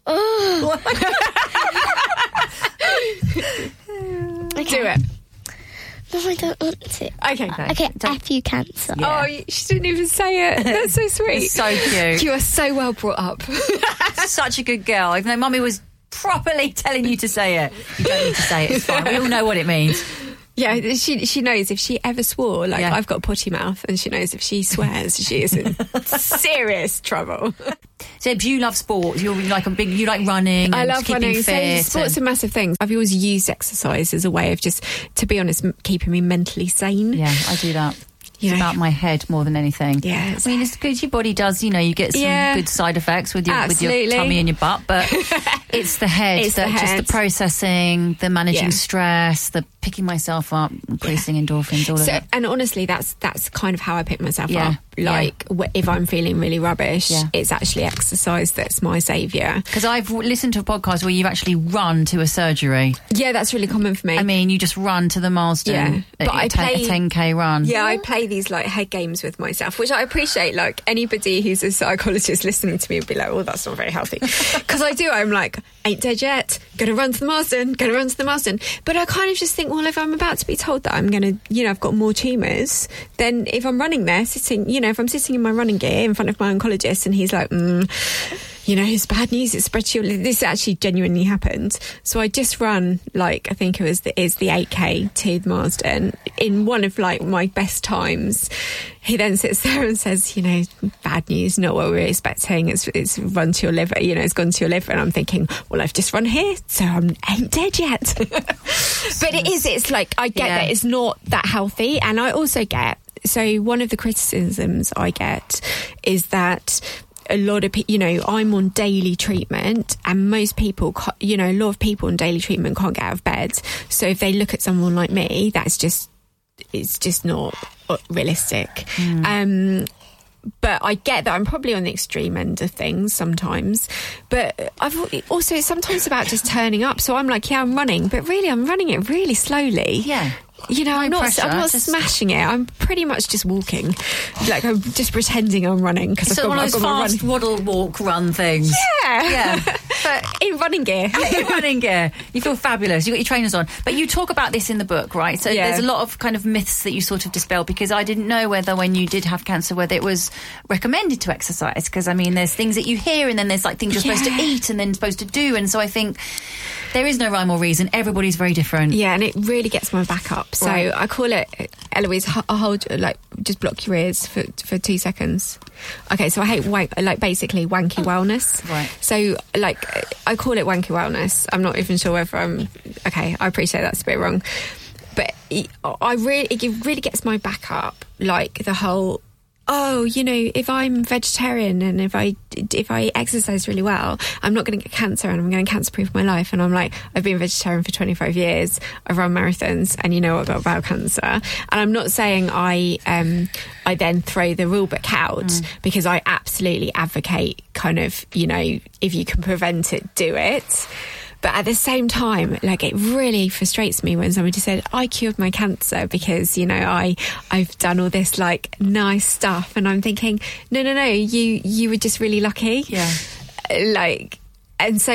Speaker 1: Oh.
Speaker 2: Do it.
Speaker 3: No, I don't want to.
Speaker 2: Okay.
Speaker 3: Okay, F you cancer.
Speaker 2: Oh, y- she didn't even say it. That's so sweet.
Speaker 1: It's so cute.
Speaker 2: You are so well brought up.
Speaker 1: Such a good girl. Even though mummy was properly telling you to say it, you don't need to say it. It's fine. We all know what it means.
Speaker 2: yeah, she she knows if she ever swore. Like
Speaker 1: Yeah.
Speaker 2: I've got potty mouth, and she knows if she swears, she is in serious trouble.
Speaker 1: Deb, you love sports. You're like a big. You like running.
Speaker 2: I
Speaker 1: and
Speaker 2: love
Speaker 1: keeping
Speaker 2: running.
Speaker 1: Fit
Speaker 2: So sports
Speaker 1: and-
Speaker 2: are massive things. I've always used exercise as a way of just, to be honest, m- keeping me mentally sane.
Speaker 1: Yeah, I do that. It's
Speaker 2: Yeah.
Speaker 1: about my head more than anything.
Speaker 2: Yeah, it's-
Speaker 1: I mean, it's good. Your body does, you know, you get some
Speaker 2: Yeah.
Speaker 1: good side effects with your with
Speaker 2: Absolutely.
Speaker 1: your tummy and your butt, but it's the head,
Speaker 2: It's the
Speaker 1: that- just
Speaker 2: head.
Speaker 1: the processing, the managing
Speaker 2: Yeah.
Speaker 1: stress, the picking myself up, increasing endorphins, all of
Speaker 2: So,
Speaker 1: it.
Speaker 2: and honestly, that's that's kind of how I pick myself
Speaker 1: Yeah,
Speaker 2: up.
Speaker 1: yeah.
Speaker 2: Like wh- if I'm feeling really rubbish,
Speaker 1: Yeah.
Speaker 2: it's actually exercise that's my savior.
Speaker 1: Because I've w- listened to a podcast where you've actually run to a surgery.
Speaker 2: Yeah, that's really common for me.
Speaker 1: I mean, you just run to the milestone.
Speaker 2: Yeah, but
Speaker 1: a,
Speaker 2: I
Speaker 1: ten-
Speaker 2: play-
Speaker 1: a 10k run.
Speaker 2: yeah, I play these like head games with myself, which I appreciate. Like anybody who's a psychologist listening to me would be like, "Oh, that's not very healthy," because I do. I'm like, "Ain't dead yet. Gonna run to the milestone. Gonna run to the milestone." But I kind of just think, well, if I'm about to be told that I'm gonna, you know, I've got more tumours, then if I'm running there, sitting, you know, if I'm sitting in my running gear in front of my oncologist and he's like, mm, you know, it's bad news. It spread to your, this actually genuinely happened. So I just run like I think it was the is the 8k to Marsden in one of like my best times. He then sits there and says, you know, bad news, not what we were expecting. It's it's run to your liver, you know, it's gone to your liver. And I'm thinking, well, I've just run here, so I'm ain't dead yet. but it is, it's like I get
Speaker 1: Yeah.
Speaker 2: that it's not that healthy, and I also get so one of the criticisms I get is that a lot of people, you know, I'm on daily treatment, and most people, ca- you know, a lot of people on daily treatment can't get out of bed. So if they look at someone like me, that's just it's just not uh, realistic.
Speaker 1: Hmm.
Speaker 2: Um, but I get that I'm probably on the extreme end of things sometimes. But I've al- also it's sometimes about just turning up. So I'm like, yeah, I'm running, but really I'm running it really slowly.
Speaker 1: Yeah.
Speaker 2: You know, I'm not
Speaker 1: pressure,
Speaker 2: I'm not
Speaker 1: just-
Speaker 2: smashing it. I'm pretty much just walking. Like I'm just pretending I'm running because I've
Speaker 1: So
Speaker 2: got,
Speaker 1: one
Speaker 2: my-
Speaker 1: of
Speaker 2: I've
Speaker 1: those
Speaker 2: got my running.
Speaker 1: fast waddle, walk, run things.
Speaker 2: Yeah.
Speaker 1: Yeah. But
Speaker 2: In running gear.
Speaker 1: You're running gear. You feel fabulous. You got your trainers on. But you talk about this in the book, right? So
Speaker 2: Yeah.
Speaker 1: there's a lot of kind of myths that you sort of dispel because I didn't know whether when you did have cancer whether it was recommended to exercise because I mean there's things that you hear and then there's like things you're supposed to
Speaker 2: Yeah.
Speaker 1: eat and then supposed to do and so I think there is no rhyme or reason. Everybody's very different.
Speaker 2: Yeah, and it really gets my back up. So
Speaker 1: Right.
Speaker 2: I call it Eloise. h- Hold, like, just block your ears for for two seconds. Okay, so I hate wank, like basically wanky wellness.
Speaker 1: Right.
Speaker 2: So like I call it wanky wellness. I'm not even sure whether I'm okay. I appreciate that's a bit wrong, but it- I really it really gets my back up. Like the whole. Oh, you know, if I'm vegetarian and if I if I exercise really well, I'm not going to get cancer and I'm going to cancer proof my life. And I'm like, I've been vegetarian for 25 years. I've run marathons, and you know what about bowel cancer. And I'm not saying I um I then throw the rule book out because I absolutely advocate kind of you know if you can prevent it, do it. But at the same time, like it really frustrates me when somebody said, I cured my cancer because, you know, I I've done all this like nice stuff and I'm thinking, No, no, no, you you were just really lucky.
Speaker 1: Yeah.
Speaker 2: Uh, Like and so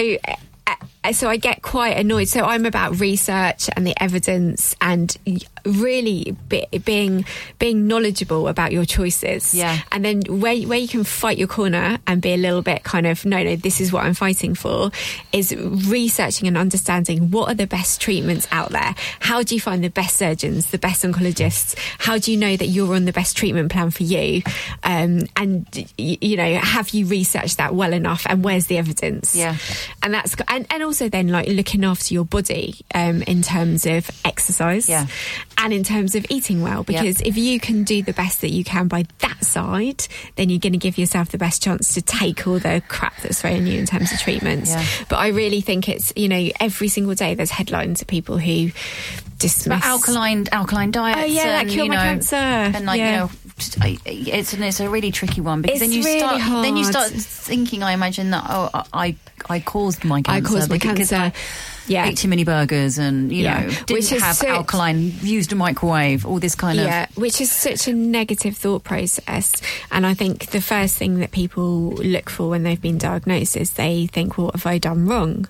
Speaker 2: uh, uh, so I get quite annoyed. So I'm about research and the evidence, and y- really be, being being knowledgeable about your choices.
Speaker 1: Yeah.
Speaker 2: And then where where you can fight your corner and be a little bit kind of no no this is what I'm fighting for is researching and understanding what are the best treatments out there. How do you find the best surgeons, the best oncologists? How do you know that you're on the best treatment plan for you? Um, and y- you know have you researched that well enough? And where's the evidence?
Speaker 1: Yeah.
Speaker 2: And that's and, and also then like looking after your body um, in terms of exercise
Speaker 1: Yeah.
Speaker 2: and in terms of eating well because if you can do the best that you can by that side, then you're going to give yourself the best chance to take all the crap that's thrown at you in terms of treatments.
Speaker 1: Yeah.
Speaker 2: But I really think it's, you know, every single day there's headlines of people who dismiss
Speaker 1: But alkaline alkaline diets.
Speaker 2: Oh, yeah, that
Speaker 1: and,
Speaker 2: cured
Speaker 1: you
Speaker 2: my
Speaker 1: know,
Speaker 2: cancer.
Speaker 1: And like you
Speaker 2: Yeah.
Speaker 1: know, just- I- it's and it's a really tricky one because
Speaker 2: It's
Speaker 1: then you
Speaker 2: really
Speaker 1: start then you
Speaker 2: hard.
Speaker 1: start thinking. I imagine that oh, I I caused my
Speaker 2: I
Speaker 1: cancer.
Speaker 2: caused my
Speaker 1: because
Speaker 2: cancer.
Speaker 1: I
Speaker 2: yeah.
Speaker 1: Ate too many burgers and, you
Speaker 2: Yeah.
Speaker 1: know, didn't
Speaker 2: Which is
Speaker 1: have
Speaker 2: so-
Speaker 1: alkaline, used a microwave, all this kind
Speaker 2: yeah, which is such a negative thought process. And I think the first thing that people look for when they've been diagnosed is they think, "What have I done wrong?"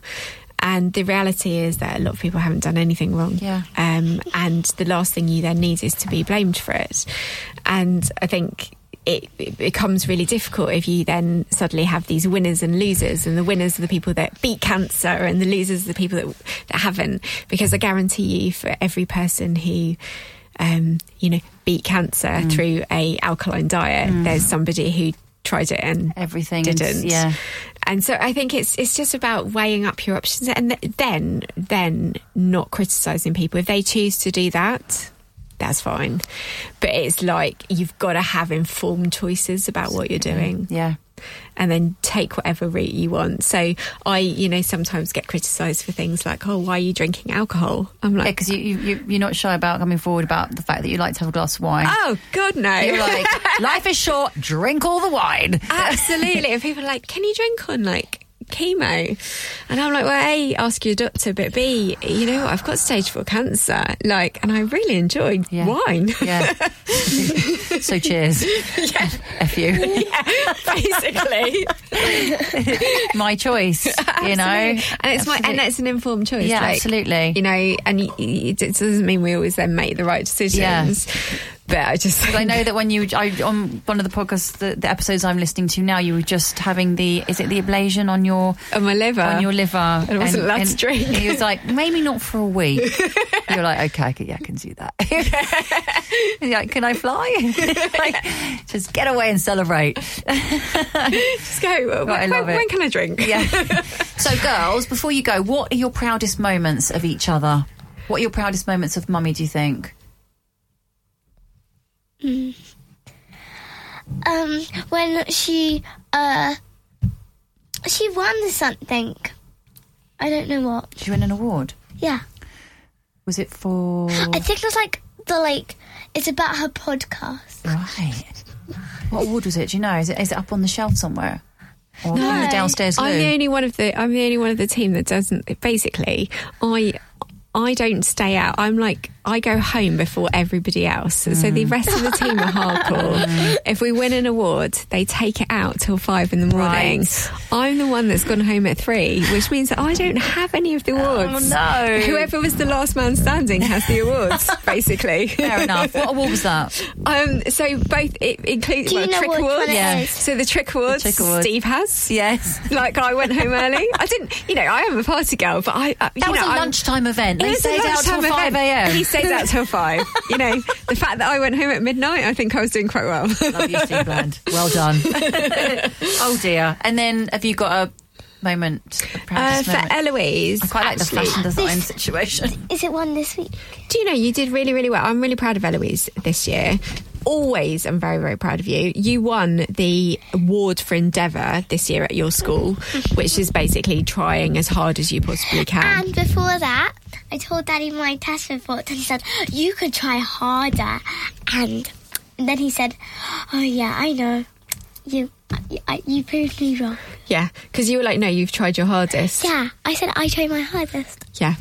Speaker 2: And the reality is that a lot of people haven't done anything wrong.
Speaker 1: Yeah.
Speaker 2: Um, and the last thing you then need is to be blamed for it. And I think it, it becomes really difficult if you then suddenly have these winners and losers, and the winners are the people that beat cancer, and the losers are the people that, that haven't. Because I guarantee you, for every person who um, you know beat cancer
Speaker 1: Mm.
Speaker 2: through a alkaline diet, there's somebody who tried it and
Speaker 1: Everything is-
Speaker 2: didn't.
Speaker 1: yeah.
Speaker 2: And so I think it's it's just about weighing up your options and th- then then not criticizing people if they choose to do that. That's fine. But it's like you've got to have informed choices about what you're doing
Speaker 1: of. Yeah.
Speaker 2: and then take whatever route you want. So I, you know, sometimes get criticized for things like, "Oh, why are you drinking alcohol?" I'm
Speaker 1: Yeah,
Speaker 2: like,
Speaker 1: because you, you, you, you're not shy about coming forward about the fact that you like to have a glass of wine.
Speaker 2: "Oh god, no."
Speaker 1: You're like, life is short, drink all the wine.
Speaker 2: Oh. Absolutely. And people are like, can you drink on like chemo? And I'm like, well, A, ask your doctor, but B, you know, I've got stage four cancer. Like, and I really enjoyed
Speaker 1: Yeah.
Speaker 2: wine.
Speaker 1: Yeah. so cheers. F you.
Speaker 2: Basically,
Speaker 1: my choice, you know.
Speaker 2: and it's my and that's an informed choice.
Speaker 1: Yeah,
Speaker 2: like,
Speaker 1: absolutely.
Speaker 2: You know, and y- y- it doesn't mean we always then make the right decisions. bit. I just
Speaker 1: I know that when you I, on one of the podcasts, the, the episodes I'm listening to now, you were just having the is it the ablation on your
Speaker 2: on my liver.
Speaker 1: on your liver?
Speaker 2: I wasn't allowed to drink.
Speaker 1: and He was like, maybe not for a week. You're like, okay, I can, yeah, I can do that. He's like, can I fly? like, just get away and celebrate.
Speaker 2: Just go. When,
Speaker 1: I love
Speaker 2: when-
Speaker 1: it.
Speaker 2: when can I drink?
Speaker 1: Yeah. so, girls, before you go, what are your proudest moments of each other? What are your proudest moments of mummy? Do you think?
Speaker 3: Um, when she uh, she won something. I don't know what.
Speaker 1: Did you win an award?
Speaker 3: Yeah,
Speaker 1: Was it for?
Speaker 3: I think it was like the like. It's about her podcast.
Speaker 1: Right. What award was it? Do you know? Is it is it up on the shelf somewhere? Or in the downstairs loo?
Speaker 2: I'm the only one of the I'm the only one of the team that doesn't. Basically, I I don't stay out. I'm like I go home before everybody else. So
Speaker 1: Mm.
Speaker 2: the rest of the team are hardcore. if we win an award, they take it out till five in the morning.
Speaker 1: Right.
Speaker 2: I'm the one that's gone home at three, which means that I don't have any of the awards.
Speaker 1: Oh, no.
Speaker 2: Whoever was the last man standing has the awards, basically.
Speaker 1: Fair enough. What award was that?
Speaker 2: Um, so both it includes
Speaker 3: Do you
Speaker 2: well,
Speaker 3: know
Speaker 2: trick
Speaker 3: which one
Speaker 2: awards.
Speaker 3: it Yeah. is?
Speaker 2: So the trick awards,
Speaker 1: Trick awards.
Speaker 2: Steve has.
Speaker 1: Yes.
Speaker 2: Like I went home early. I didn't, you know, I am a party girl, but I. Uh,
Speaker 1: That
Speaker 2: you
Speaker 1: was
Speaker 2: know,
Speaker 1: a
Speaker 2: I'm-
Speaker 1: lunchtime event.
Speaker 2: It
Speaker 1: They
Speaker 2: was a
Speaker 1: stayed out till
Speaker 2: lunchtime
Speaker 1: five
Speaker 2: event. He
Speaker 1: a.m.
Speaker 2: stays out till five. You know, the fact that I went home at midnight, I think I was doing quite well.
Speaker 1: Love you, Steve Bland. Well done. oh dear. And then have you got a moment? A
Speaker 2: Uh,
Speaker 1: proudest
Speaker 2: for
Speaker 1: moment?
Speaker 2: Eloise,
Speaker 1: I quite like
Speaker 2: actually-
Speaker 1: the fashion design situation.
Speaker 3: Is it one this week?
Speaker 2: Do you know you did really, really well? I'm really proud of Eloise this year. Always, I'm very, very proud of you. You won the award for Endeavour this year at your school, which is basically trying as hard as you possibly can.
Speaker 3: And before that, I told Daddy my test report, and he said, You could try harder. And then he said, Oh, yeah, I know. You, I, you proved me wrong.
Speaker 2: yeah, because you were like, no, you've tried your hardest.
Speaker 3: Yeah, I said I tried my hardest.
Speaker 2: Yeah.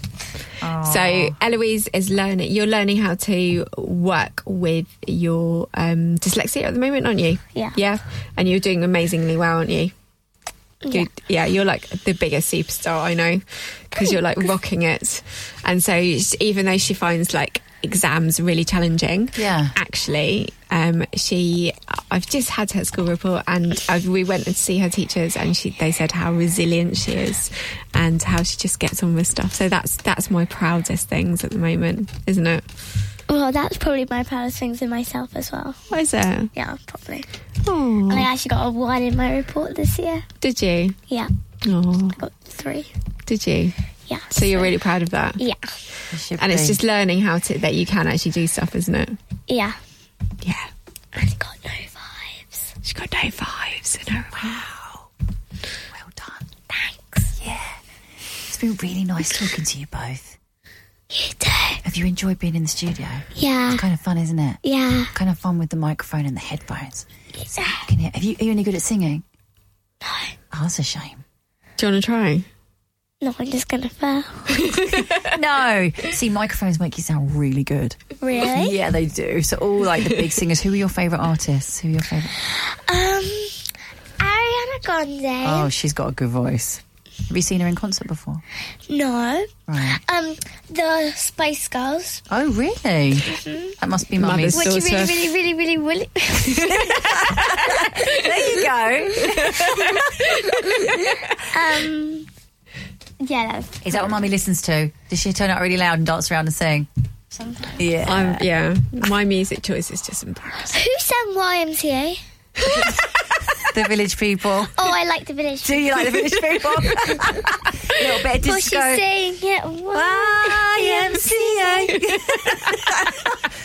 Speaker 2: So Eloise is learning. You're learning how to work with your um, dyslexia at the moment, aren't you?
Speaker 3: Yeah.
Speaker 2: Yeah, and you're doing amazingly well, aren't you?
Speaker 3: Yeah.
Speaker 2: Good. Yeah, you're like the biggest superstar I know because you're like rocking it. And so s- even though she finds like exams really challenging,
Speaker 1: Yeah.
Speaker 2: actually, um, she I've just had her school report and i we went to see her teachers and she they said how resilient she is and how she just gets on with stuff. So that's that's my proudest things at the moment, isn't it?
Speaker 3: Well, that's probably my proudest things in myself as well.
Speaker 2: What is it?
Speaker 3: Yeah, probably.
Speaker 2: Oh,
Speaker 1: Mm.
Speaker 3: I actually got a one in my report this year.
Speaker 2: did you?
Speaker 3: Yeah,
Speaker 2: Oh,
Speaker 3: I got three.
Speaker 2: did you?
Speaker 3: Yeah.
Speaker 2: So you're really proud of that.
Speaker 3: Yeah,
Speaker 2: And it's just learning how to that you can actually do stuff, isn't it?
Speaker 3: yeah.
Speaker 2: Yeah.
Speaker 3: And I got no vibes.
Speaker 2: She's got no vibes in her. Wow.
Speaker 1: well done.
Speaker 3: Thanks.
Speaker 1: It's been really nice talking to you both.
Speaker 3: You too.
Speaker 1: Have you enjoyed being in the studio?
Speaker 3: Yeah,
Speaker 1: Kind of fun, isn't it?
Speaker 3: yeah.
Speaker 1: kind of fun with the microphone and the headphones. So you can hear. Have you, are you any good at singing? No. Oh, that's a shame.
Speaker 2: Do you want to try?
Speaker 3: No, I'm just gonna fail.
Speaker 1: No. See, microphones make you sound really good.
Speaker 3: Really?
Speaker 1: Yeah, they do. So, all like the big singers. Who are your favourite artists? Who are your favourite?
Speaker 3: Um, Ariana Grande.
Speaker 1: Oh, she's got a good voice. Have you seen her in concert before?
Speaker 3: No.
Speaker 1: Right.
Speaker 3: Um, the Spice Girls.
Speaker 1: Oh, really? That must be mummy's.
Speaker 2: Mother's-
Speaker 3: Which you
Speaker 2: Daughter.
Speaker 3: really, really, really, really, really.
Speaker 1: There you go.
Speaker 3: um, yeah, that's
Speaker 1: Is that what mummy listens to? Does she turn out really loud and dance around and sing?
Speaker 3: something.
Speaker 1: Yeah.
Speaker 2: Um, yeah. My music choice is just embarrassing.
Speaker 3: Who sang YMCA?
Speaker 1: the village people.
Speaker 3: Oh, I like the village.
Speaker 1: Do you like the village people? a little bit of
Speaker 3: Well, she's
Speaker 1: disco.
Speaker 3: saying it.